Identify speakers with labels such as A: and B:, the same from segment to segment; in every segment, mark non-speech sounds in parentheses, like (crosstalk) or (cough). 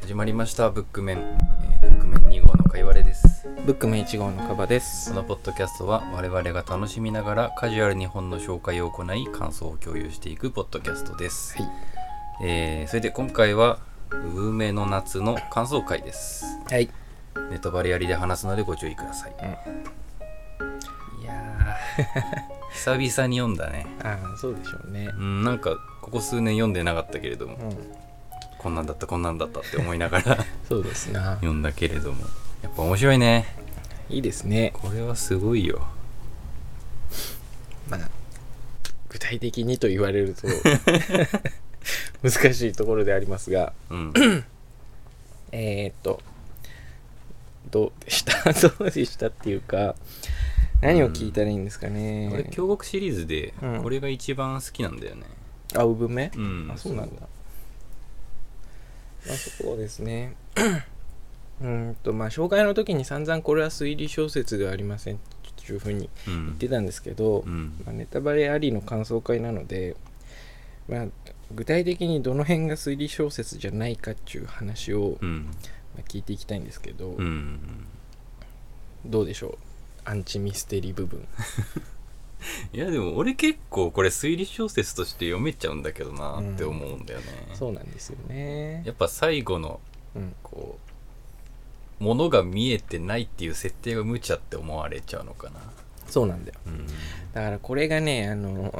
A: 始まりました「ブックメン」えーブックメン2号のかいわれです
B: ブックメン1号のカバで
A: こ
B: す。
A: のポッドキャストは我々が楽しみながらカジュアルに本の紹介を行い感想を共有していくポッドキャストです、
B: はい
A: えーそれで今回は「ウ梅の夏」の感想会です
B: はい。
A: ネタバレありで話すのでご注意ください、いやー久々に読んだね
B: (laughs) ああ、そうでしょうね
A: う。んなんかここ数年読んでなかったけれども
B: うん。
A: こんなんだったこんなんだったって思いながら (laughs)
B: そうですな。
A: 読んだけれどもやっぱ面白いね
B: いいですね。
A: これはすごいよ
B: まあ、具体的にと言われ (laughs) ると難しいところでありますが、
A: うん
B: えー、っと、どうでした (laughs) どうでしたっていうか、何を聞いたらいいんですかね。
A: 俺京極シリーズで
B: うん
A: これが一番好きなんだよね
B: あ、うぶめ
A: うん、
B: あそうなんだまあそうですね (coughs) うーんとまあ紹介の時に散々これは推理小説ではありませんというふうに
A: う
B: 言
A: ん
B: ってたんですけど、
A: うん
B: まあ、ネタバレありの感想会なので、まあ、具体的にどの辺が推理小説じゃないかっていう話を
A: う、ん
B: まあ聞いていきたいんですけど、
A: うん
B: どうでしょうアンチミステリー部分
A: いやでも俺結構これ推理小説として読めちゃうんだけどなって思うんだよね、
B: そうなんですよね
A: やっぱ最後の
B: うん
A: こう物が見えてないっていう設定が無茶って思われちゃうのかな
B: そうなんだよ
A: うん
B: だからこれがねあの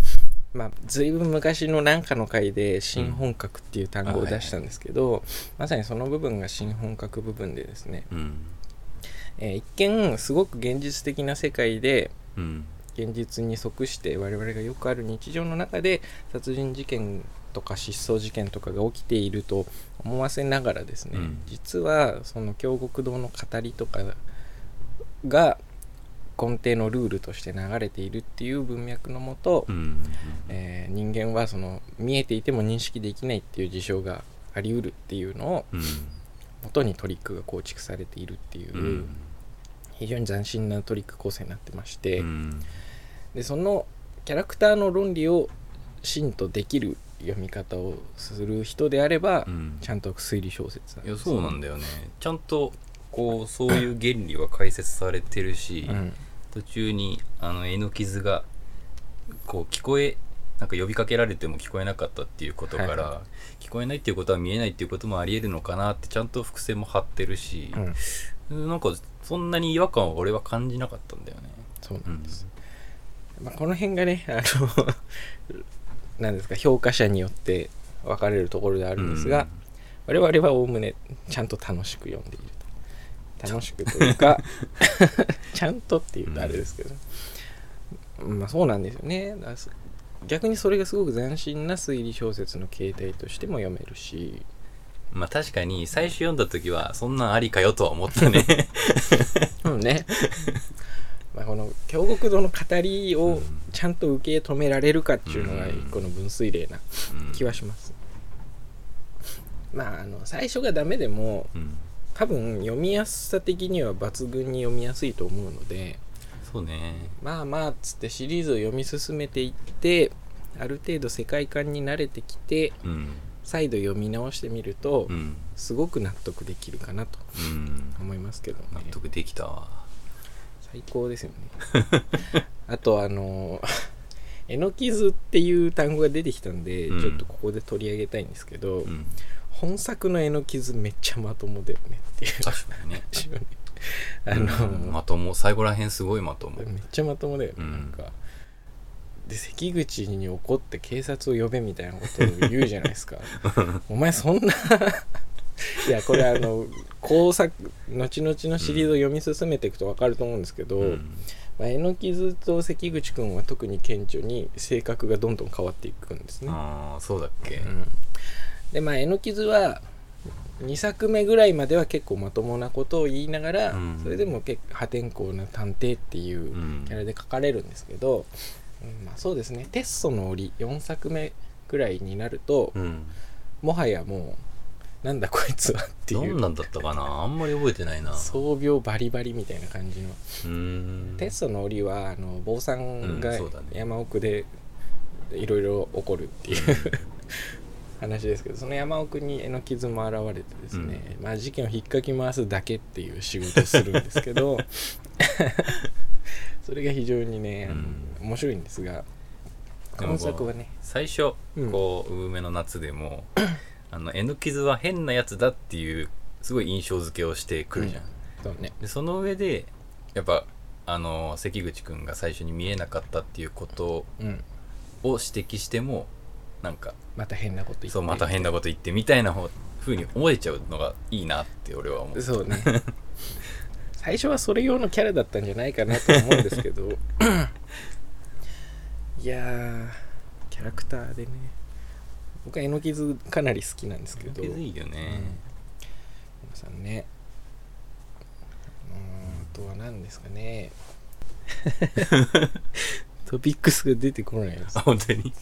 B: (laughs) まあ随分昔の何かの回で新本格っていう単語を出したんですけど、まさにその部分が新本格部分でですね、
A: うん
B: えー一見すごく現実的な世界で
A: うん
B: 現実に即して我々がよくある日常の中で殺人事件とか失踪事件とかが起きていると思わせながらですね、
A: うん
B: 実はその京極堂の語りとかが根底のルールとして流れているっていう文脈のもと、
A: うん
B: えー人間はその見えていても認識できないっていう事象があり得るっていうのを
A: うん
B: 元にトリックが構築されているっていう、
A: うん
B: 非常に斬新なトリック構成になってまして、
A: うん
B: でそのキャラクターの論理を真とできる読み方をする人であれば、
A: うん
B: ちゃんと推理小説
A: いやそうなん
B: だ
A: だよねちゃんとこうそういう原理は解説されてるし、
B: うん
A: 途中にあの絵の傷がこう聞こえなんか呼びかけられても聞こえなかったっていうことから、
B: はいは
A: 聞こえないっていうことは見えないっていうこともありえるのかなってちゃんと伏線も張ってるし
B: う、ん
A: なんかそんなに違和感は俺は感じなかったんだよね。
B: そう
A: う
B: なん
A: ん
B: です、まあ、この辺がねあの (laughs) なんですか評価者によって分かれるところであ
A: あ
B: るんですが、我々はおおむねちゃんと楽しく読んでいると楽しくというか (laughs) ちゃんとっていうとあれですけど、まあそうなんですよねだからそ逆にそれがすごく斬新な推理小説の形態としても読めるし
A: まあ確かに最初読んだ時はそんなんありかよとは思ったね。
B: うんね (laughs) まあこの京極堂の語り
A: う
B: を
A: ん
B: ちゃんと受け止められるかっていうのが
A: うん
B: 一個の分水嶺な
A: うん
B: (laughs) 気はします、まああの最初がダメでも
A: うん
B: 多分読みやすさ的には抜群に読みやすいと思うので
A: そうね。
B: まあまあっつってシリーズを読み進めていってある程度世界観に慣れてきて
A: うん。
B: 再度読み直してみると、
A: うん。
B: すごく納得できるかなと
A: うん。
B: 思いますけどね
A: 納得できたわ。
B: 最高ですよね (laughs) あとあの (laughs) 「えのきず」っていう単語が出てきたんで、
A: うん
B: ちょっとここで取り上げたいんですけど、
A: うん。
B: 本作の「えのきず」めっちゃまともだよねっていう
A: 確かにね。
B: 話をね (laughs) あの、
A: (laughs) うんまとも、最後らへんすごいまとも。
B: めっちゃまともだよね、
A: うん
B: なんかで関口に怒って警察を呼べみたいなことを言うじゃないで
A: (laughs)
B: すかお前そんな (laughs) いやこれあの工作後々のシリーズを読み進めていくと分かると思うんですけど、
A: うん
B: まあ、榎木図と関口君は特に顕著に性格がどんどん変わっていくんですね、
A: ああ、そうだっけ。
B: うんでまあ榎木図は2作目ぐらいまでは結構まともなことを言いながら、
A: うん
B: それでも結構破天荒な探偵っていう、
A: うん
B: キャラで書かれるんですけど、うんまあ、そうですね「テッソの檻」4作目くらいになると、
A: うん。
B: もはやもうなんだこいつはって
A: ど
B: い
A: ん
B: う
A: なんだったかなあんまり覚えてないな。う
B: 装病バリバリみたいな感じの、
A: ーん。
B: テッソの檻はあの坊さん
A: う
B: が
A: んそうだね
B: 山奥でいろいろ起こるっていう、 (laughs) 話ですけどその山奥に絵の傷も現れてですね、まあ、事件を引っかき回すだけっていう仕事をするんですけ
A: (laughs)
B: どそれが非常にね、
A: う
B: 面白いんですが
A: でも
B: 今作はね
A: 最初
B: うん
A: こう「うぶめの夏」でもあの絵の傷は変なやつだっていうすごい印象付けをしてくるじゃん、
B: そうね
A: でその上でやっぱあの関口くんが最初に見えなかったっていうこと
B: うん
A: を指摘してもなんか
B: また変なこと言って
A: そうまた変なこと言ってみたいなふうに思えちゃうのがいいなって俺は思う
B: そうね (laughs) 最初はそれ用のキャラだったんじゃないかなと思うんです
A: (laughs)
B: けどいやーキャラクターでね僕はえのきずかなり好きなんですけど
A: 気づいいよね、
B: うん皆さんねうーんあとは何ですかね
A: (laughs)
B: トピックスが出てこないです
A: あ
B: あ
A: 本当に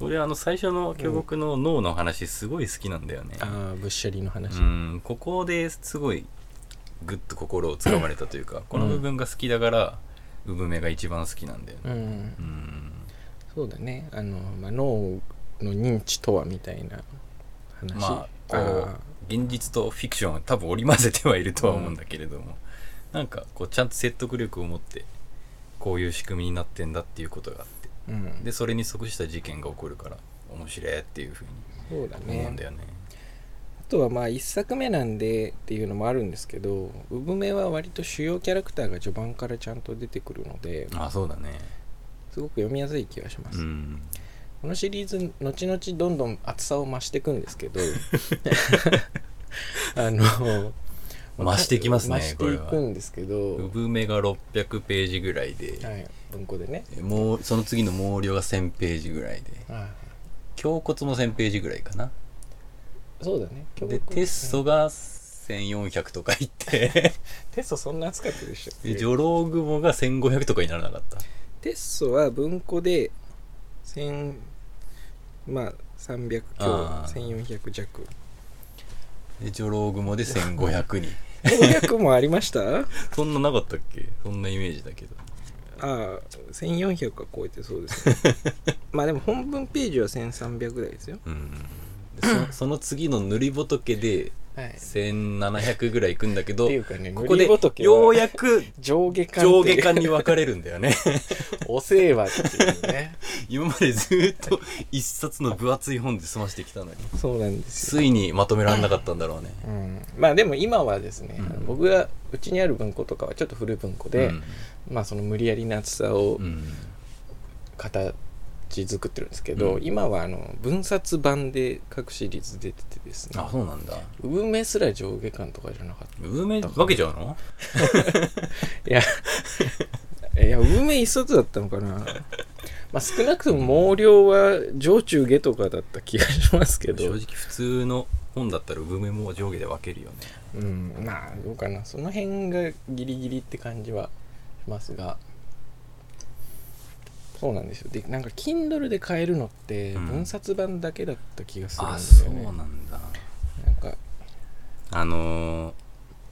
A: 俺あの最初の巨木の脳の話すごい好きなんだよね、
B: あぶっしゃりの話、
A: うん、ここですごいグッと心をつかまれたというか、この部分が好きだから産めが一番好きなんだよね、
B: うん
A: うん、
B: そうだねあの、まあ、脳の認知とはみたいな話、
A: まあこう
B: ー
A: 現実とフィクションは多分織り交ぜてはいるとは思うんだけれども、なんかこうちゃんと説得力を持ってこういう仕組みになってんだっていうことがあって
B: うん、
A: でそれに即した事件が起こるから面白いっていうふう
B: そうだ
A: に思うん
B: ね
A: だよね
B: あとはまあ1作目なんでっていうのもあるんですけど産めは割と主要キャラクターが序盤からちゃんと出てくるので
A: あそうだね
B: すごく読みやすい気がします、
A: うん
B: このシリーズ後々どんどん厚さを増していくんです
A: (laughs)
B: けど (laughs) あの
A: 増してきますね
B: 増していくんですけど、
A: 産めが600ページぐらいで、
B: はい、文庫でね
A: もうその次の毛量が1000ページぐらいで
B: あ
A: 胸骨も1000ページぐらいかな
B: あそうだね
A: でテストが1400とかいって (laughs)
B: テストそんな厚かったでしたっけ
A: でジョロウグモが1500とかにならなかった
B: テッソは文庫で1000まあ300強
A: あー
B: 1400弱
A: でジョロウグモで1500に (laughs)
B: 500もありましたあ (laughs)
A: そんななかったっけそんなイメージだけど
B: あ1400は超えてそうですね
A: (laughs)
B: まあでも本文ページは1300ぐらいですよ
A: うんでそその次の塗り仏で
B: はいっ
A: 1700ぐらいいくんだけ
B: て
A: ど
B: いうかね
A: ここ
B: ここ
A: で
B: で
A: ようやく
B: 上下感
A: 上下
B: 感
A: 巻に分かれるんだよね
B: (laughs) お世話っていうね
A: 今までずっと一冊の分厚い本で済ましてきたのに
B: (laughs) そうなんですよ
A: ついにまとめられなかったんだろうね
B: うん、まあでも今はですね、
A: うん
B: 僕がうちにある文庫とかはちょっと古い文庫で、まあその無理やりな厚さを
A: うんうん
B: 形作ってるんですけど、
A: うん
B: 今はあの分冊版で各シリーズ出ててですね
A: あそうなんだ
B: 産めすら上下巻とかじゃなかっ
A: 有名分けちゃうの
B: たいやいや産め一冊だったの
A: (laughs)
B: かなまあ少なくとも毛量は上中下とかだった気がしますけ
A: 正
B: ど
A: 直、普通の本だったら産めも上下で分けるよね
B: うん、まあどうかなその辺がギリギリって感じはしますがそうなんですよでなんか Kindle で買えるのって
A: うん
B: 分冊版だけだった気がするん
A: あ
B: です
A: そ
B: よ
A: う
B: ね、
A: なんだ
B: なんか
A: あのー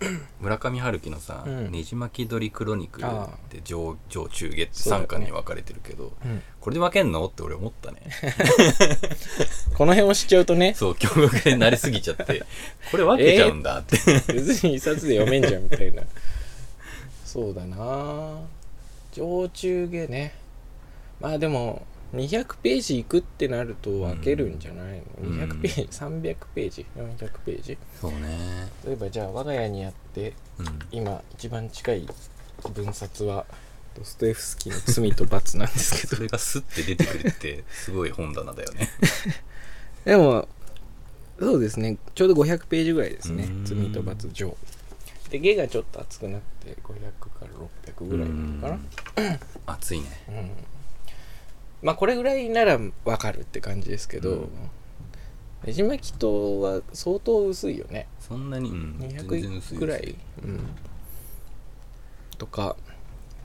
A: (clears throat) 村上春樹のさ「
B: うん
A: ねじ巻き鳥クロニクル」
B: ああ
A: って上上中下って
B: そうだ
A: 3
B: よね
A: 巻に分かれてるけど、これで分けんのって俺思ったね
B: この辺をしちゃうとね、
A: そう驚愕で慣れすぎちゃ
B: (laughs)
A: ってこれ分けちゃうんだって、
B: 別に一冊で読めんじゃんみたいな。そうだなぁ上中下ね。まあでも、200ページいくってなると分けるんじゃないの、
A: うん
B: ?200 ページ、300ページ、400ページ。
A: そうね
B: 例えばじゃあ、我が家にあって、
A: うん
B: 今一番近い文冊は、ドストエフスキーの罪と罰なんですけど
A: それがスッて出てくるってすごい本棚だよね
B: (laughs) でもそうですねちょうど500ページぐらいですね
A: うー
B: 「
A: ん
B: 罪と罰上」で下がちょっと厚くなって500から600ぐらいかな
A: 暑いね
B: うん、まあこれぐらいならわかるって感じですけ
A: う
B: ど
A: ん
B: ねじ巻きとは相当薄いよね
A: そんなに、うん、全然薄
B: 200ぐら
A: です
B: い、うん、とか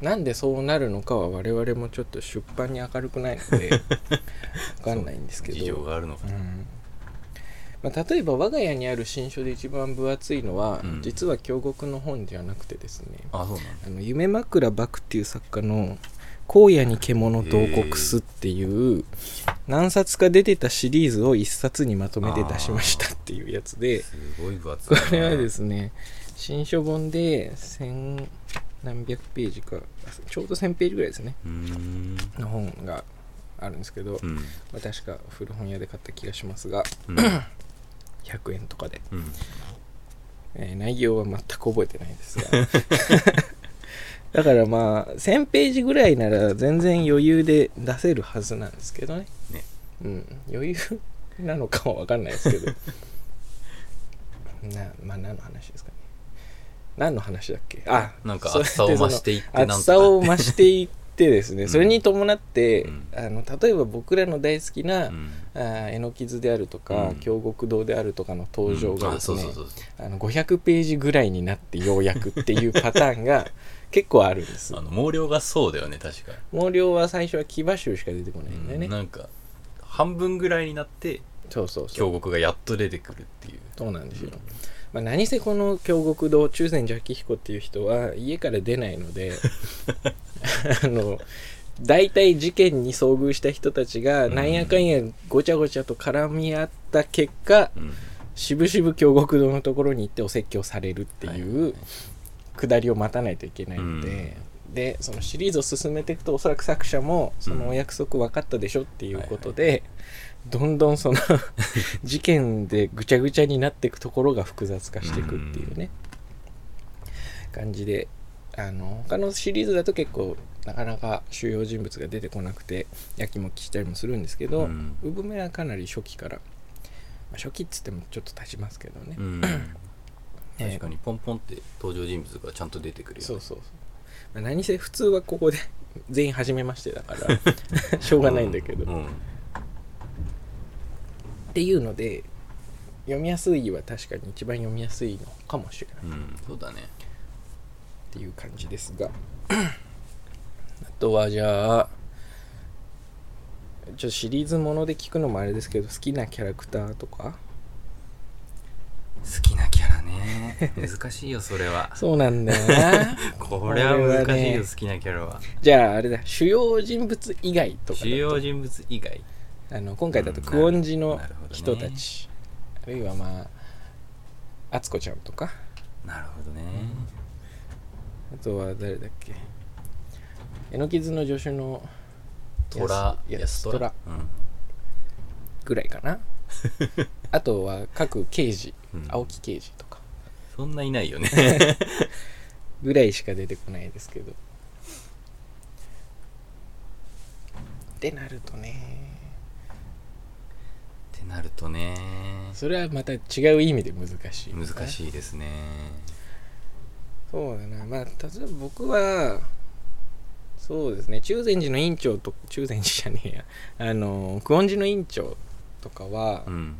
B: なんでそうなるのかは我々もちょっと出版に明るくないの
A: (laughs)
B: でわかんないんですけど
A: 事情があるのか
B: う
A: な、
B: んまあ、例えば我が家にある新書で一番分厚いのは、
A: うん
B: 実は京極の本ではなくてですね
A: あそうなんだ
B: あの夢枕獏っていう作家の「荒野に獣慟哭す」っていう、何冊か出てたシリーズを1冊にまとめて出しましたっていうやつで、
A: すごい分厚い
B: こ
A: な。
B: れはですね、新書本で千何百ページか、ちょうど1000ページぐらいですね、
A: うーん。
B: の本があるんですけど、
A: うん。
B: まあ確か古本屋で買った気がしますが、
A: うん。
B: 100円とかで、
A: うん。
B: えー内容は全く覚えてないですが。 (laughs) だからまあ、1000ページぐらいなら全然余裕で出せるはずなんですけどね。
A: ね
B: うん、余裕なのかは分かんないですけ
A: (laughs)
B: ど。なまあ、何の話ですかね。何の話だっけあ
A: なんか
B: それ
A: 厚さを
B: でそ
A: 増
B: の
A: していってなんとか。
B: 厚さを増していってですね、それに伴って、
A: うん
B: あの例えば僕らの大好きな、
A: うん。
B: あーえのき図であるとか、
A: うん
B: 京極堂であるとかの登場
A: うん
B: が
A: あ
B: です
A: そう
B: ね
A: そうそうそう。
B: あの500ページぐらいになってようやくっていうパターンが
A: (laughs)
B: 結構あるんです
A: あの毛量がそうだよね確か、
B: 毛量は最初は騎馬集しか出てこないんだよね、
A: うんなんか半分ぐらいになって
B: そうそうそう
A: 京極がやっと出てくるっていう
B: そうなんですよ、まあ、何せこの京極堂中禅寺明彦っていう人は家から出ない
A: (laughs)
B: のであの大体事件に遭遇した人たちが
A: うん
B: なんやかんやごちゃごちゃと絡み合った結果
A: うん
B: 渋々京極堂のところに行ってお説教されるっていう下りを待たないといけないので、でそのシリーズを進めていくとおそらく作者もそのお約束分かったでしょっていうことで、どんどんその (laughs) 事件でぐちゃぐちゃになっていくところが複雑化していくっていうね、感じであの他のシリーズだと結構なかなか主要人物が出てこなくてやきもきしたりもするんですけど、
A: うん
B: 産めはかなり初期から、まあ、初期っつってもちょっと経ちますけどね、
A: うん
B: えー
A: 確かにポンポンって登場人物がちゃんと出てくるよね
B: そうそうそう、まあ、何せ普通はここで (laughs) 全員初めましてだから
A: (laughs)
B: しょうがないんだけど、
A: う
B: っ
A: ん
B: ていうので読みやすいは確かに一番読みやすいのかもしれないっ
A: うんそうだね
B: ていう感じですが (clears throat) あとはじゃあちょっとシリーズもので聞くのもあれですけど好きなキャラクター
A: (laughs)
B: とか
A: 好きなキャラ
B: (laughs)
A: ね難しいよそれは
B: そうなんだよな
A: これは難
B: これは
A: しい
B: ね
A: よ好きなキャラは
B: じゃああれだ主要人物以外とかだと
A: 主要人物以外
B: あの今回だと
A: うん
B: クオンジの
A: なるほどね
B: 人たち、あるいはまあ敦子ちゃんとか
A: なるほどね
B: あとは誰だっけえのきずの助手の
A: トラ
B: やす
A: トラ
B: ぐらいか
A: (laughs)
B: なあとは各刑事、
A: うん
B: 青木刑事とか
A: そんないないよ
B: (laughs)
A: ね
B: ぐらいしか出てこないですけどってなるとね
A: ってなるとね
B: それはまた違う意味で難しい
A: 難
B: い
A: しいですね
B: そうだなまあ例えば僕はそうですね中禅寺の院長と中禅寺じゃねえやあの久遠寺の院長とかは、
A: うん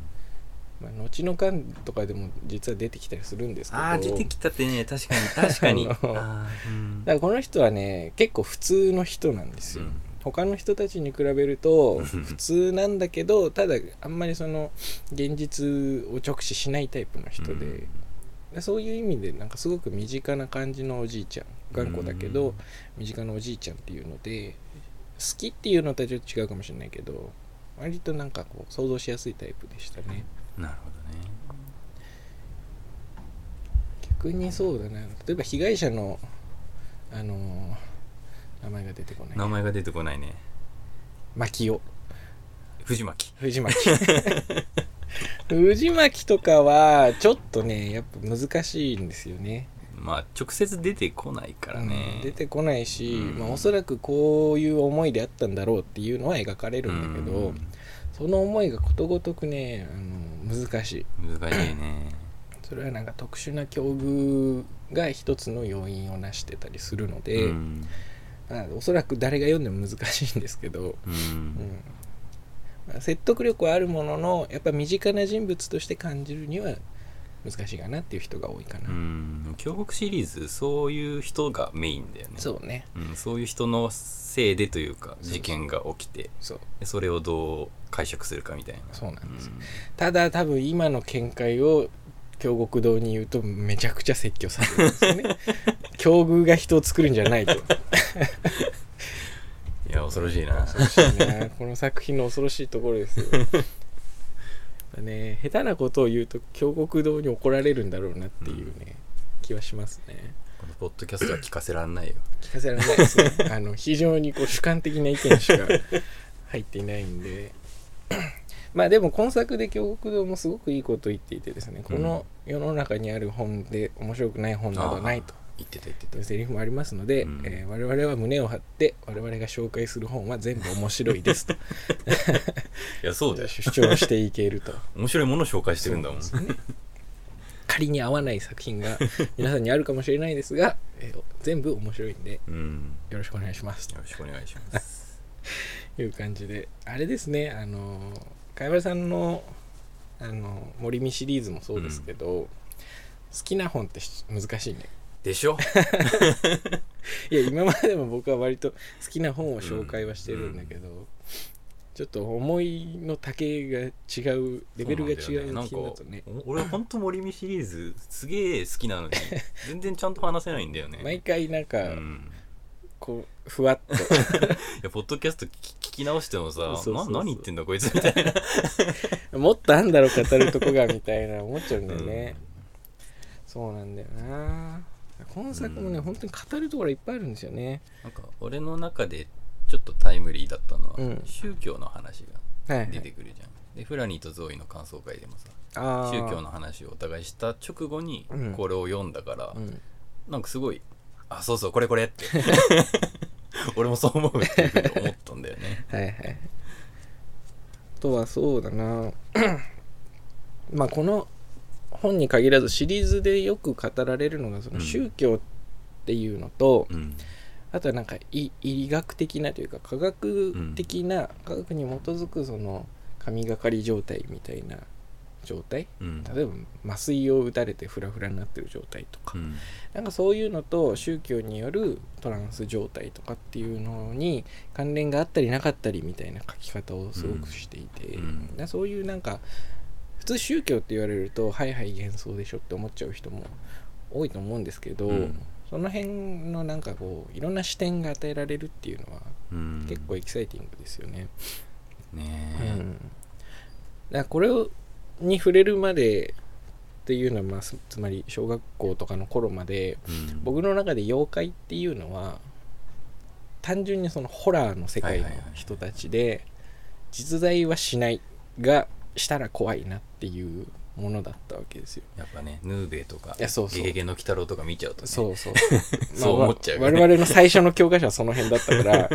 B: まあ、後の間とかでも実は出てきたりするんですけど
A: ああ出てきたってね確かに確かに
B: (laughs) あの
A: あーうん
B: だからこの人はね結構普通の人なんですよ、
A: うん
B: 他の人たちに比べると普
A: 普
B: 通なんだけどただあんまりその現実を直視しないタイプの人で、でそういう意味でなんかすごく身近な感じのおじいちゃん頑固だけど、
A: うん
B: 身近なおじいちゃんっていうので好きっていうのとはちょっと違うかもしれないけど割となんかこう想像しやすいタイプでしたね
A: なるほどね
B: 逆にそうだな例えば被害者のあのー名前が出てこな
A: 名
B: い
A: 前が出てこないね
B: 牧雄
A: 藤巻
B: 藤
A: (laughs)
B: 巻藤巻とかはちょっとねやっぱ難しいんですよね
A: まあ直接出てこないからね、
B: うん出てこないし、
A: うん
B: まあ、おそらくこういう思いであったんだろうっていうのは描かれるんだけど、その思いがことごとくねあの難しい
A: うん難しいね
B: それはなんか特殊な境遇が一つの要因をなしてたりするので、
A: うん
B: まあおそらく誰が読んでも難しいんですけど、
A: う
B: うんんまあ説得力はあるもののやっぱ身近な人物として感じるには難しいかなっていう人が多いかな、
A: うん京極シリーズそういう人がメインだよね
B: そうね
A: う,、ん、そういう人のせいでというか
B: そうそう
A: 事件が起きて
B: そう
A: でそれをどう解釈するかみたいな
B: そうなんです、
A: うん
B: ただ多分今の見解を京極堂に言うとめちゃくちゃ説教され (laughs) るんですよね境遇が人を作るんじゃないと
A: いや恐ろしいな
B: 恐ろしいなこの作品の恐ろしいところ (laughs) ですよやっぱね下手なことを言うと京極堂に怒られるんだろうなっていうね、気はしますね
A: このポッドキャストは聞かせらんないよ
B: 聞かせられないですね (laughs) あの非常にこう主観的な意見
A: (laughs)
B: しか入っていないんで (coughs) まあでも今作で京極堂もすごくいいこと言っていてですね、この世の中にある本で面白くない本などはないと
A: 言ってた言って
B: と
A: た
B: いうセリフもありますので、
A: うん
B: えー我々は胸を張って我々が紹介する本は全部面白いですと
A: いや (laughs) そうだよ
B: 主張していけると
A: 面白いものを紹介してるんだもん
B: そうですね仮に合わない作品が皆さんにあるかもしれないですが、えー全部面白いんで
A: うん
B: よろしくお願いします
A: よろしくお願いします
B: という感じであれですねあの貝原さんのあの森見シリーズもそうですけど、好きな本ってし難しいね
A: でしょ
B: いや今までも僕は割と好きな本を紹介はしてるんだけど、ちょっと思いの丈が違うレベルが違う
A: なん
B: 作
A: か
B: 品だとね
A: お俺ほんと森見シリーズすげえ好きなの
B: (laughs)
A: に全然ちゃんと話せないんだよね
B: 毎回なんか
A: うん
B: こうふわっと
A: いやポッドキャスト聞き聞き直してもさ
B: そうそうそうそう
A: な何言ってんだこいつみたいな
B: もっと (laughs) あんだろ語るとこがみたいな思っちゃうんだよね、そうなんだよな今作もね、
A: うん
B: 本当に語るところいっぱいあるんですよね
A: なんか俺の中でちょっとタイムリーだったのは、
B: うん
A: 宗教の話
B: はい、は
A: が
B: い、
A: 出てくるじゃん、でフラニーとゾーイの感想会でもさ
B: あー
A: 宗教の話をお互いした直後に
B: うん
A: これを読んだから、
B: うん
A: なんかすごいあそうそうこれこれって
B: (laughs)
A: 俺もそう思うっていうふうに思ったんだよね
B: はいはいあとはそうだな (clears throat) まあこの本に限らずシリーズでよく語られるのがその
A: うん
B: 宗教っていうのと、
A: うん
B: あとはなんか医医学的なというか科学的な、科学に基づくその神がかり状態みたいな状態
A: うん
B: 例えば麻酔を打たれてフラフラになってる状態とか、
A: うん
B: なんかそういうのと宗教によるトランス状態とかっていうのに関連があったりなかったりみたいな書き方をすごくしていて、
A: うん
B: なそういうなんか普通宗教って言われると「はいはい幻想でしょ」って思っちゃう人も多いと思うんですけど、
A: うん
B: その辺のなんかこういろんな視点が与えられるっていうのは
A: うん
B: 結構エキサイティングですよね。
A: ね
B: う
A: え、
B: ん、だからこれをに触れるまでっていうのは、まあ、すつまり小学校とかの頃まで
A: うん
B: 僕の中で妖怪っていうのは単純にそのホラーの世界の
A: はいはいはい
B: 人たちで実在はしないがしたら怖いなっていうものだったわけですよ。
A: やっぱねヌーベイとか
B: いやそうそう
A: ゲゲゲの鬼太郎とか見ちゃうと、ね、
B: そう (laughs) そう。
A: そう思っちゃうよね
B: まあわ我々の最初の教科書はその辺だったから、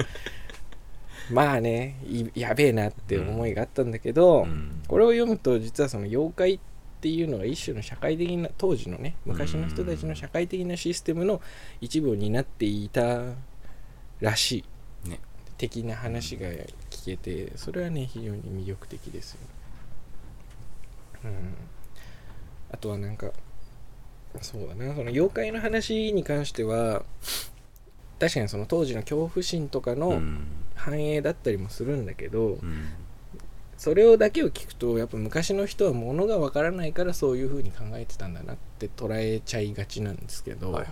B: まあね、いやべえなって思いがあったんだけど、
A: うん
B: これを読むと実はその妖怪っていうのが一種の社会的な当時のね昔の人たちの社会的なシステムの一部を担っていたらしい、
A: ね
B: 的な話が聞けてそれはね非常に魅力的ですよ、うん、あとはなんかそうだなその妖怪の話に関しては確かにその当時の恐怖心とか
A: う
B: の
A: ん
B: 反映だったりもするんだけど、
A: うん
B: それをだけを聞くとやっぱ昔の人は物がわからないからそういう風に考えてたんだなって捉えちゃいがちなんですけど、
A: はいはい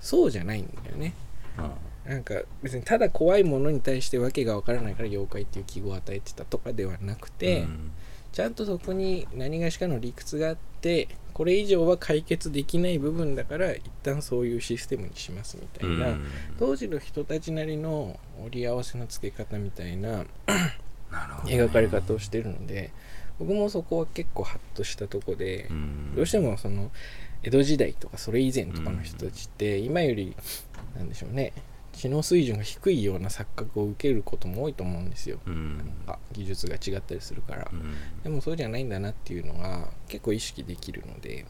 B: そうじゃないんだよね
A: はい
B: なんか別にただ怖いものに対して訳がわからないから妖怪っていう記号を与えてたとかではなくて、
A: うん
B: ちゃんとそこに何がしかの理屈があってこれ以上は解決できない部分だから一旦そういうシステムにしますみたいな、
A: うん
B: 当時の人たちなりの折り合わせのつけ方みたいな
A: なるほどね
B: 描かれ方をしてるので僕もそこは結構ハッとしたとこで、
A: ん
B: どうしてもその江戸時代とかそれ以前とかの人たちって今よりなんでしょうね知能水準が低いような錯覚を受けることも多いと思うんですよ。
A: うん
B: あ技術が違ったりするから
A: う。ん
B: でもそうじゃないんだなっていうのが結構意識できるので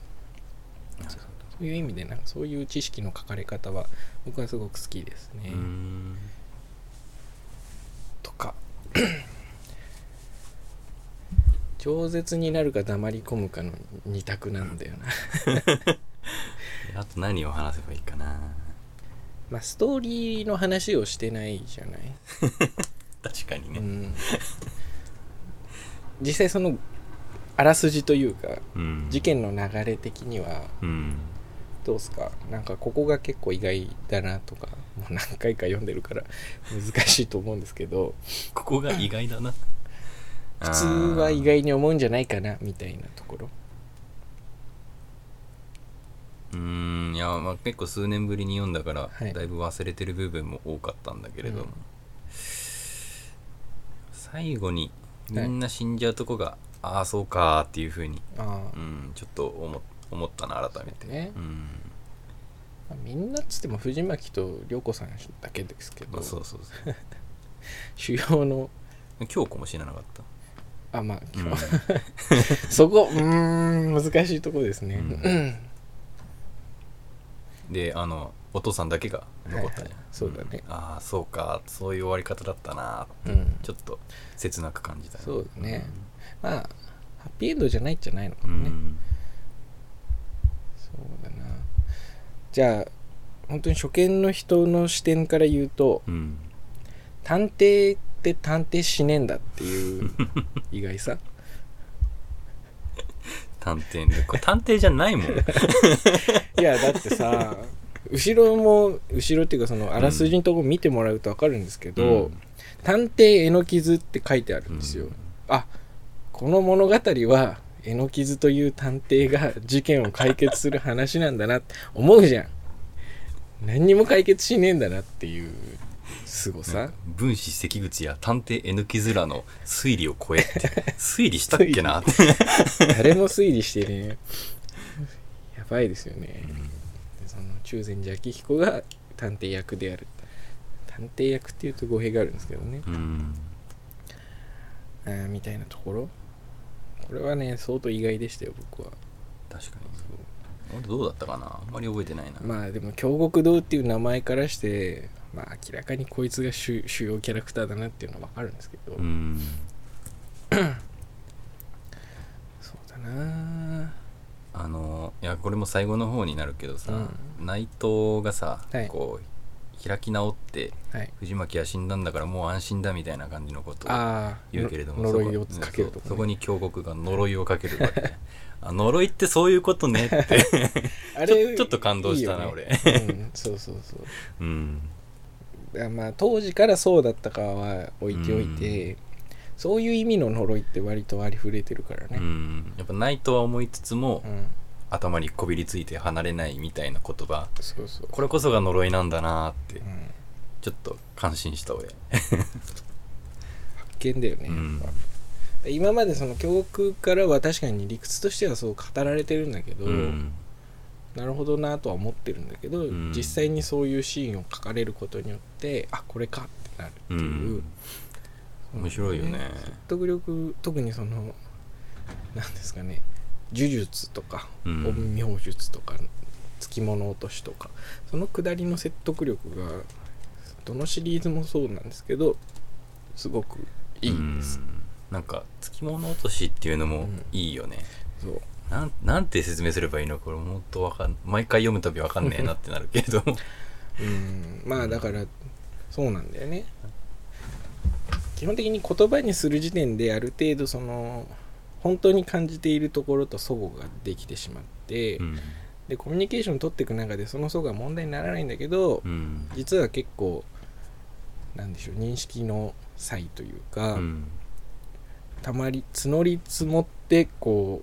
B: そういう意味でなんかそういう知識の書かれ方は僕はすごく好きですね。
A: うん
B: とか (clears throat) 饒舌になるか黙り込むかの二択なんだよな
A: あと何を話せばいいかな
B: (laughs) まあストーリーの話をしてないじゃない、
A: 確かに
B: う
A: ね
B: ん、実際そのあらすじというか
A: うん
B: 事件の流れ的には
A: うん
B: どうっすかなんかここが結構意外だなとかもう何回か読んでるから難しいと思うんですけど
A: ここが意外だな
B: (laughs) 普通は意
A: あ
B: 外に思うんじゃないかなみたいなところ
A: ーうーんいや、まあ、結構数年ぶりに読んだから、
B: はい
A: だいぶ忘れてる部分も多かったんだけれども、
B: うん
A: 最後にみ
B: はい
A: んな死んじゃうとこが、ああそうかーっていうふうに、
B: ああ
A: うん、ちょっと思思ったな改めて、
B: ね
A: うん
B: まあみんなっつっても藤巻と涼子さんだけですけ
A: ま
B: ど
A: あ、そうそうそう
B: 主要の
A: 今日かもしれなかった
B: あまあ、
A: うん
B: (laughs) そこうーん難しいとこですね、
A: うん
B: うん
A: (laughs) であのお父さんだけが残ったね、
B: はいはいそうだね
A: んああそうかそういう終わり方だったなって、
B: うん
A: ちょっと切なく感じた
B: そうだねまあハッピーエンドじゃないんじゃないのか
A: うん
B: もね、そうだなじゃあ本当に初見の人の視点から言うと
A: うん、うん
B: 探偵って探偵しねえんだっていう
A: (laughs)
B: 意外さ
A: 探偵でこれ探偵じゃないもん
B: いやだってさ後ろも後ろっていうかそのあらすじのとこ見てもらうと分かるんですけど、
A: うん
B: 探偵絵の傷って書いてあるんですよ、
A: うん
B: あこの物語は絵の傷という探偵が事件を解決する話なんだなって思うじゃん何にも解決しねえんだなっていうすご
A: なん
B: さ
A: か分子関口や探偵えぬきずらの推理を超えって推理したっけなって、
B: 誰も推理してねえやばいですよね
A: うん
B: でその中禅寺明彦が探偵役である探偵役っていうと語弊があるんですけどね
A: うん、
B: あーみたいなところこれはね相当意外でしたよ僕は
A: 確かに俺どうだったかなあんまり覚えてないな、
B: まあでも京極堂っていう名前からして、まあ、明らかにこいつが主主要キャラクターだなっていうのは分かるんですけど、
A: うん
B: そうだな
A: あのいやこれも最後の方になるけどさ、
B: う
A: 内藤がさ、
B: はい
A: こう開き直って
B: はい
A: 藤巻は死んだんだからもう安心だみたいな感じのことを
B: ああ
A: 言うけれども
B: の
A: そこ
B: 呪いをかけると
A: そう
B: か、
A: そこ
B: ね、
A: に京極が呪いをかけるわけねあ呪いってそういうことねって
B: (laughs) あ
A: ちょちょっと感動したない
B: いよねうん、そうそうそう
A: うん
B: だからまあ当時からそうだったかは置いておいて、そういう意味の呪いって割とありふれてるから
A: う
B: ね
A: んやっぱ内藤は思いつつも、
B: うん、
A: 頭にこびりついて離れないみたいな言葉
B: そうそう、
A: これこそが呪いなんだなーって
B: うん、
A: ちょっと感心した俺、
B: 発見だよね、
A: うん
B: やっぱ今までその教訓からは確かに理屈としてはそう語られてるんだけど、
A: うん
B: なるほどなとは思ってるんだけど、
A: ん
B: 実際にそういうシーンを書かれることによってあこれかってなるって
A: う
B: いう、
A: ん、面白いよね
B: 説得力特にその何ですかね呪術とか
A: うん
B: 陰陽術とかつきもの落としとかそのくだりの説得力がどのシリーズもそうなんですけどすごくいいんです、
A: うんなんかつきもの落としっていうの
B: う
A: も
B: ん
A: いいよね、
B: そう
A: なんなんて説明すればいいのこれもっとわかん毎回読むたびわかんねえなってなるけれ
B: (laughs)
A: ども
B: うんまあだからそうなんだよね基本的に言葉にする時点である程度その本当に感じているところと齟齬ができてしまって、
A: うん、
B: でコミュニケーション取っていく中でその齟齬は問題にならないんだけど、
A: うん
B: 実は結構なんでしょう認識の差異というか、
A: うん
B: たまり募り積もってこ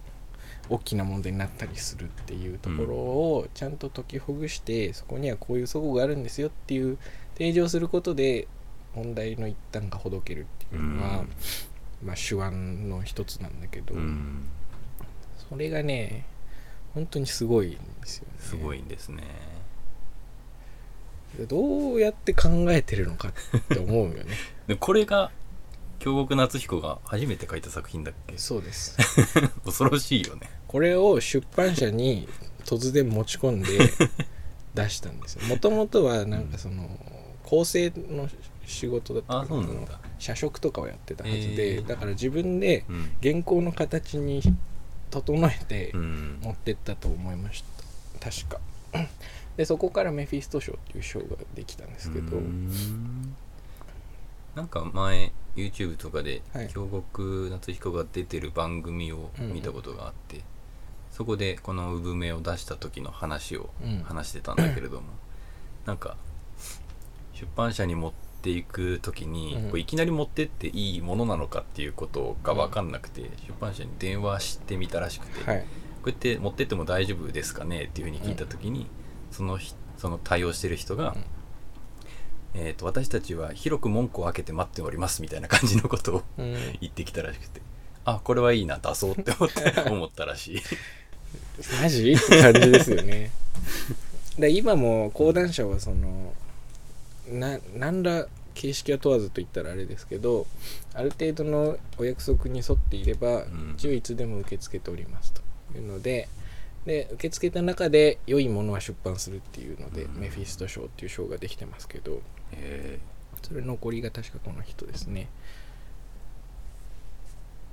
B: う大きな問題になったりするっていうところをちゃんと解きほぐして、そこにはこういう齟齬があるんですよっていう提示をすることで問題の一端がほどけるっていうのは、
A: うん
B: まあ手腕の一つなんだけど、
A: うん
B: それがね本当にすごいんですよね
A: すごいんですね
B: どうやって考えてるのかって思うよね
A: (laughs) でこれが京極夏彦が初めて書いた作品だっけ
B: そうです
A: 恐ろしいよね
B: これを出版社に突然持ち
A: (laughs)
B: 込んで出したんですよもともとはなんかその構成の仕事だった
A: あそうな
B: あ
A: ん
B: の
A: だ
B: 社食とかをやってたはずで、
A: へー
B: だから自分で
A: うん、
B: 原稿の形に整えて
A: うん
B: 持ってったと思いました確かでそこからメフィスト賞っていう賞ができたんですけど、
A: うんなんか前 YouTube とかで
B: はい
A: 京極夏彦が出てる番組を見たことがあって、そこでこの産めを出した時の話を
B: うん
A: 話してたんだけれども、なんか出版社に持っていく時に、
B: うん
A: こういきなり持ってっていいものなのかっていうことが分かんなくて、出版社に電話してみたらしくて、
B: はい
A: こうやって持ってっても大丈夫ですかねっていうふうに聞いた時に、そのひその対応してる人が、
B: うん
A: えーと「私たちは広く門戸を開けて待っております」みたいな感じのことを (laughs)
B: うん
A: 言ってきたらしくてあこれはいいな出そうって思って
B: (laughs)
A: 思ったらしい
B: マジって感じですよねで今も講談社はそのな何ら形式は問わずと言ったらあれですけどある程度のお約束に沿っていれば、
A: ん
B: 一応いつでも受け付けておりますというのでで受け付けた中で良いものは出版するっていうので、
A: うん
B: メフィスト賞っていう賞ができてますけど
A: え
B: それの残りが確かこの人ですね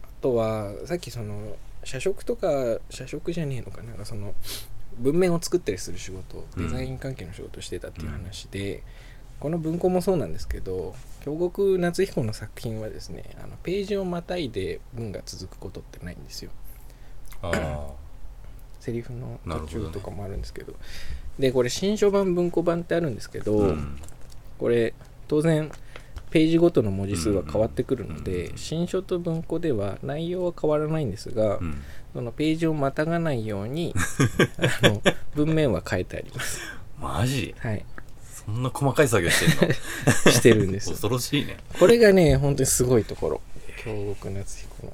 B: あとはさっきその社食とか社食じゃねえのかななんかその文面を作ったりする仕事
A: うん
B: デザイン関係の仕事をしてたっていう話で、この文庫もそうなんですけど京極夏彦の作品はですねあのページをまたいで文が続くことってないんですよ
A: ああ
B: セリフの
A: なるほど
B: 途
A: ね
B: 中とかもあるんですけどでこれ新書版文庫版ってあるんですけど、
A: うん
B: これ当然ページごとの文字数は変わってくるの
A: うんうん
B: で、
A: うんうん
B: 新書と文庫では内容は変わらないんですが、
A: うん
B: そのページをまたがないよ
A: (laughs)
B: うにあの文面は変えてあります、
A: マジ
B: はい、
A: そんな細かい作業してんの
B: してるんですよ
A: 恐ろしいね
B: これがね本当にすごいところ京極夏彦の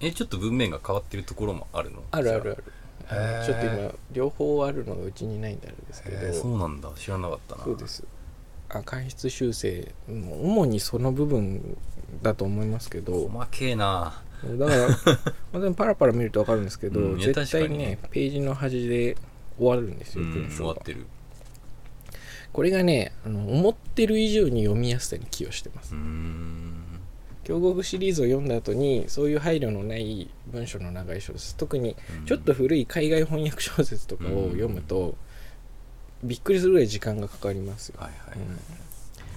A: えちょっと文面が変わってるところもあるの
B: あるあるある
A: へー
B: ちょっと今両方あるのがうちにないんであれですけど、
A: えそうなんだ知らなかったな
B: そうですあ間質修正もう主にその部分だと思いますけど
A: 細けえな
B: だから (laughs) 本当にパラパラ見ると分かるんですけど、
A: うんいや
B: 絶対
A: 確かに
B: ね
A: ね
B: ページの端で終わるんです
A: う
B: よ、
A: ん
B: 文
A: 終
B: 章
A: わっ
B: が
A: てる
B: これがねあの思ってる以上に読みやすさに寄与してま
A: う
B: す
A: ーん
B: 京極シリーズを読んだ後にそういう配慮のない文章の長い小説特にちょっと古い海外翻訳小説とかを読むと、びっくりするぐらい時間がかかりますよ、
A: はいは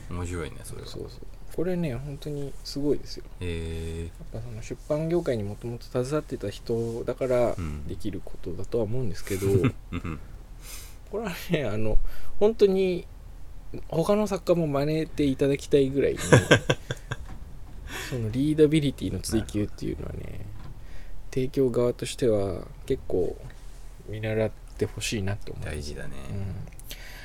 B: うん
A: い面白いねそれは
B: そうそうこれね本当にすごいですよ
A: え
B: やっぱその出版業界にもともと携わってた人だから
A: うん
B: できることだとは思うんですけど、
A: (laughs) ーうん
B: これはねあの本当に他の作家も真似ていただきたいぐらいに
A: (laughs)
B: そのリーダビリティの追求っていうのはね提供側としては結構見習ってほしいなって思う、
A: 大事だね
B: うん、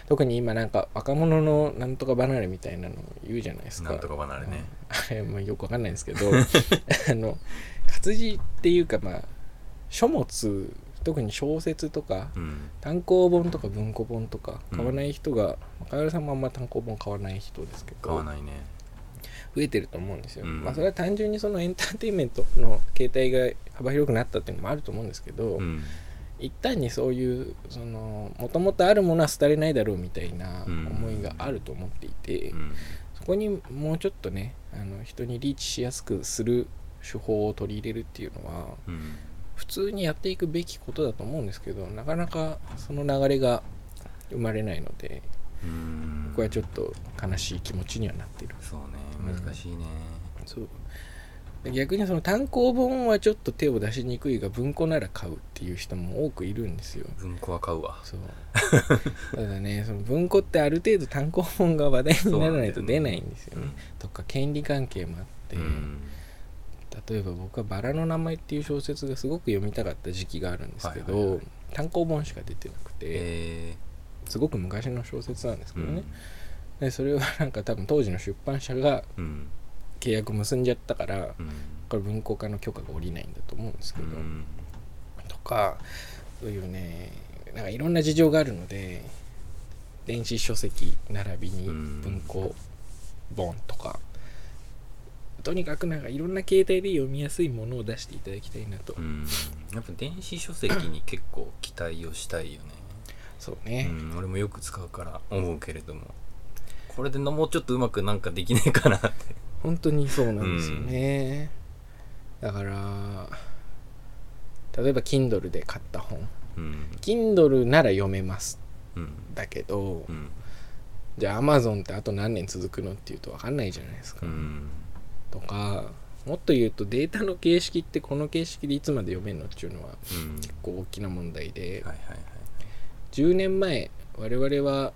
B: 特に今なんか若者のなんとか離れみたいなの言うじゃないですか
A: なんとか離れね
B: あれもよくわかんないんですけど (laughs) あの活字っていうかまあ書物特に小説とか
A: うん
B: 単行本とか文庫本とか
A: うん
B: 買わない人が、カエルさんもあんま単行本買わない人ですけ
A: 買わ
B: ど
A: ないね
B: 増えてると思うんですよ、
A: うん
B: まあそれは単純にそのエンターテインメントの形態が幅広くなったっていうのもあると思うんですけど、
A: うん
B: 一旦にそういうそのもともとあるものは廃れないだろうみたいな
A: うん
B: 思いがあると思っていて、
A: うん
B: そこにもうちょっとねあの人にリーチしやすくする手法を取り入れるっていうのは
A: うん
B: 普通にやっていくべきことだと思うんですけどなかなかその流れが生まれないので
A: うん
B: 僕はちょっと悲しい気持ちにはなっている
A: そうね
B: うん
A: 難しいね
B: そう逆にその単行本はちょっと手を出しにくいが文庫なら買うっていう人も多くいるんですよ
A: 文庫は買うわ
B: (laughs) そうただねその文庫ってある程度単行本が話題にならないと出ないんですよねとか権利関係もあって、
A: うん
B: 例えば僕は「バラの名前」っていう小説がすごく読みたかった時期があるんですけど、
A: はいはいはい
B: 単行本しか出てなくて、
A: え
B: すごく昔の小説なんです
A: ーう
B: けどね
A: ん、
B: でそれはなんか多分当時の出版社が
A: うん
B: 契約結んじゃったから
A: うん
B: これ文庫化の許可が下りないんだと思うんですけ
A: う
B: ど、
A: ん
B: とかそういうねなんかいろんな事情があるので電子書籍並びに
A: うん
B: 文庫本とか、とにかくなんかいろんな形態で読みやすいものを出していただきたいなと、
A: うんやっぱ電子書籍に結構期待をしたいよね
B: そうね、
A: うん、俺もよく使うから思うけれどもこれでなもうちょっとうまくなんかできねえかなって
B: 本当にそうなんですよね、だから例えば Kindle で買った本
A: うん、
B: Kindle なら読めます
A: うん
B: だけど、
A: うん
B: じゃあ Amazon ってあと何年続くのっていうと分かんないじゃないですか、
A: うん
B: とかもっと言うとデータの形式ってこの形式でいつまで読めるのっていうのは
A: うん
B: 結構大きな問題で、
A: はいはいはい
B: 10年前我々は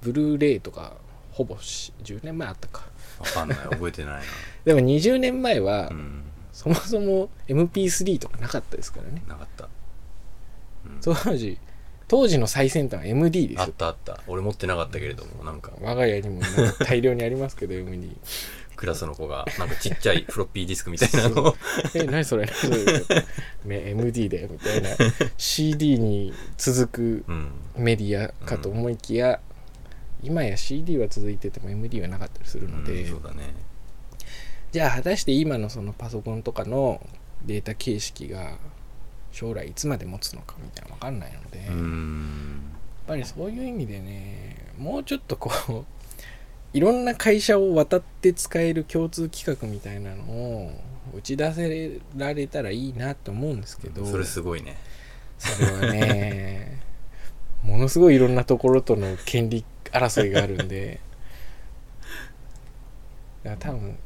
B: ブルーレイとかほぼし10年前あったか
A: 分かんない覚えてない
B: でも20年前は、
A: な、うん、
B: そもそも MP3 とかなかったですからね
A: なかった、うん
B: 当時当時の最先端は MD です
A: あっ
B: よ
A: たあった俺持ってなかったけれどもなんか
B: 我が家にもなんか大量にありますけど MD
A: クラスの子がなんかちっちゃいフロッピーディスクみたいなのを
B: え何それ (laughs) 何それめ MD だよみたいな CD に続く
A: うん
B: メディアかと思いきや、今や CD は続いてても MD はなかったりするので、
A: うんそうだね
B: じゃあ果たして今のそのパソコンとかのデータ形式が将来いつまで持つのかみたいなの分かんないので、
A: う
B: やっ
A: ん
B: ぱりそういう意味でねもうちょっとこう (laughs) いろんな会社を渡って使える共通企画みたいなのを打ち出せられたらいいなと思うんですけど
A: それすごいね
B: それはね (laughs) ものすごいいろんなところとの権利争いがあるんでだから多分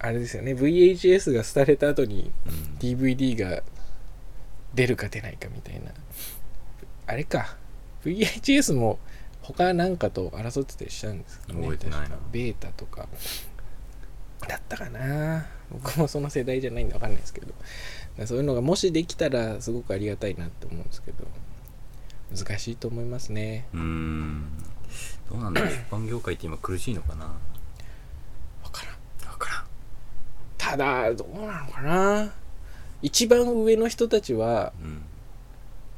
B: あれですよね VHS が廃れた後に
A: うん
B: DVD が出るか出ないかみたいなあれか VHS も他なんかと争ってたりしたんですけど、ね、
A: 覚えてないな
B: 確かベータとかだったかな僕もその世代じゃないんで分かんないですけどだからそういうのがもしできたらすごくありがたいなって思うんですけど難しいと思いますね
A: うんどうなんだろう出版業界って今苦しいのかな
B: 分からん
A: 分からん
B: ただどうなのかな一番上の人たちは
A: うん、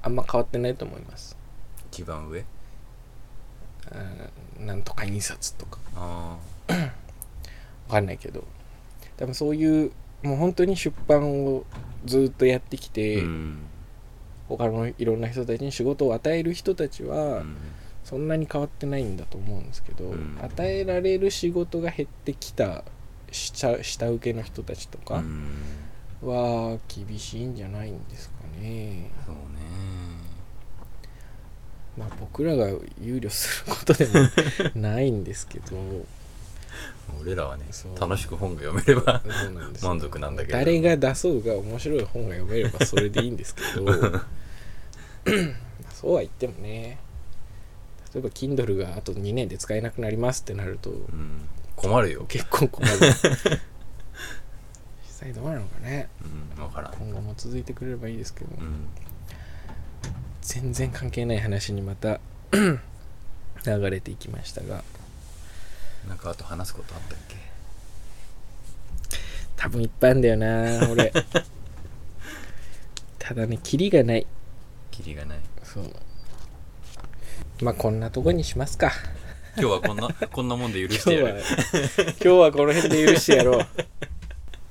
B: あんま変わってないと思います
A: 一番上
B: あーなんとか印刷とか
A: あ
B: わかんないけど多分そういうもう本当に出版をずっとやってき
A: あ、
B: て、
A: うん
B: 他のいろんな人たちに仕事を与える人たち
A: う
B: は
A: ん
B: そんなに変わってないんだと思うんですけど、
A: うん
B: 与えられる仕事が減ってきた下下請けの人たちと
A: う
B: か
A: ん
B: は厳しいんじゃないんですかね、
A: そうね
B: まあ僕らが憂慮することでもないんです
A: (laughs)
B: けど
A: 俺らはね
B: そう
A: 楽しく本が読めれば
B: そうなんですよ
A: 満足なんだけど
B: 誰が出そうが面白い本が読めればそれでいいんですけ
A: (laughs)
B: どそうは言ってもね例えば Kindle があと2年で使えなくなりますってなると
A: うん困るよ、
B: 結構困る実際どうなのかね
A: うん、分からん、
B: 今後も続いてくれればいいですけど、
A: うん、
B: 全然関係ない話にまた (coughs) 流れていきましたが
A: なんかあと話すことあったっけ
B: 多分いっぱいあんだよな
A: (laughs)
B: 俺ただねキリがない
A: キリがない
B: そうまあこんなとこにしますか
A: 今日はこんなこんなもんで許
B: 今
A: して
B: 日
A: や
B: は
A: る
B: 今日はこの辺で許してや
A: (laughs)
B: ろう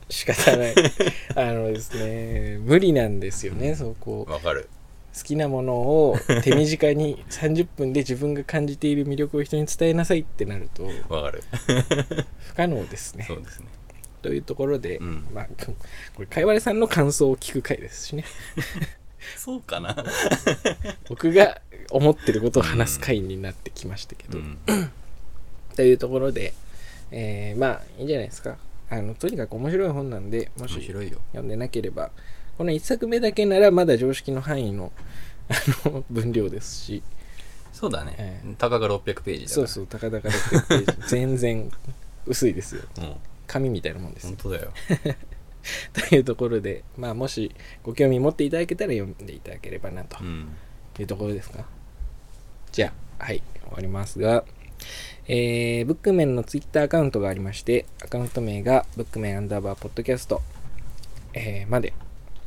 B: 仕方ないあのですね無理なんですよねそこ
A: わかる
B: 好きなものを手短に30分で自分が感じている魅力を人に伝えなさいってなると
A: わかる
B: 不可能ですね
A: そうですね
B: というところで、
A: うん
B: まあここれかいわれさんの感想を聞く回ですしね
A: そうかな、
B: 僕が思ってることを話す回になってきましたけ
A: う
B: ど、
A: ん、
B: というところで、えーまあいいんじゃないですかあのとにかく面白い本なんでも
A: 面
B: し
A: 白いよ
B: 読んでなければこの1作目だけならまだ常識の範囲のあの分量ですし
A: そうだね、
B: ええ
A: たかが600ページだから
B: そうそう高々だって全然薄いですよ
A: うん
B: 紙みたいなもんです
A: 本
B: よ
A: 当だよ
B: というところでまあもしご興味持っていただけたら読んでいただければなと
A: うん
B: いうところですかじゃあはい終わりますがえー、ブックメンのツイッターアカウントがありましてアカウント名がブックメンアンダーバーポッドキャスト、えーまで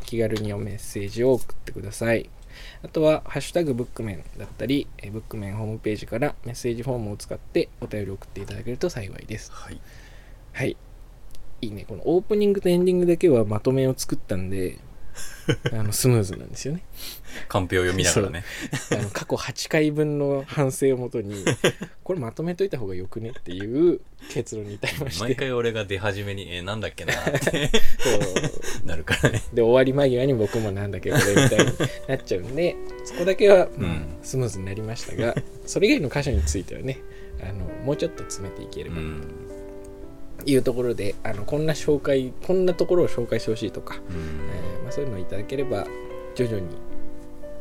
B: 気軽におメッセージを送ってくださいあとは「ハッシュタグブックメン」だったり、えーブックメンホームページからメッセージフォームを使ってお便りを送っていただけると幸いです
A: はい
B: はい。いいね。このオープニングとエンディングだけはまとめを作ったんで、あのスムーズなんですよね。
A: カンペを読みながらね
B: あの過去8回分の反省をもと
A: (laughs)
B: に、これまとめといた方がよくねっていう結論に至りまし
A: 毎
B: て、
A: 回俺が出始めに「えーなんだっけ (laughs) な」って
B: そう
A: なるからね
B: で、終わり間際に僕もなんだっけこれみたいになっちゃうんで、そこだけは、まあ
A: うん
B: スムーズになりましたが、それ以外の箇所についてはね、あのもうちょっと詰めていけれ
A: う
B: ば
A: ん
B: いうところであのこんな紹介こんなところを紹介してほしいとか、
A: うん
B: えーまあ、そういうのをいただければ徐々に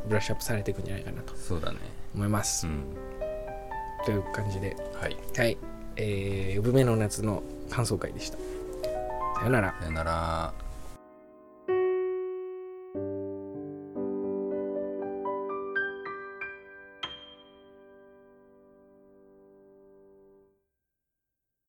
B: ブラッシュアップされていくんじゃないかなと
A: そうだね
B: 思います、
A: うん
B: という感じで
A: はい
B: はいえー、産めの夏の感想会でしたさよなら
A: さよなら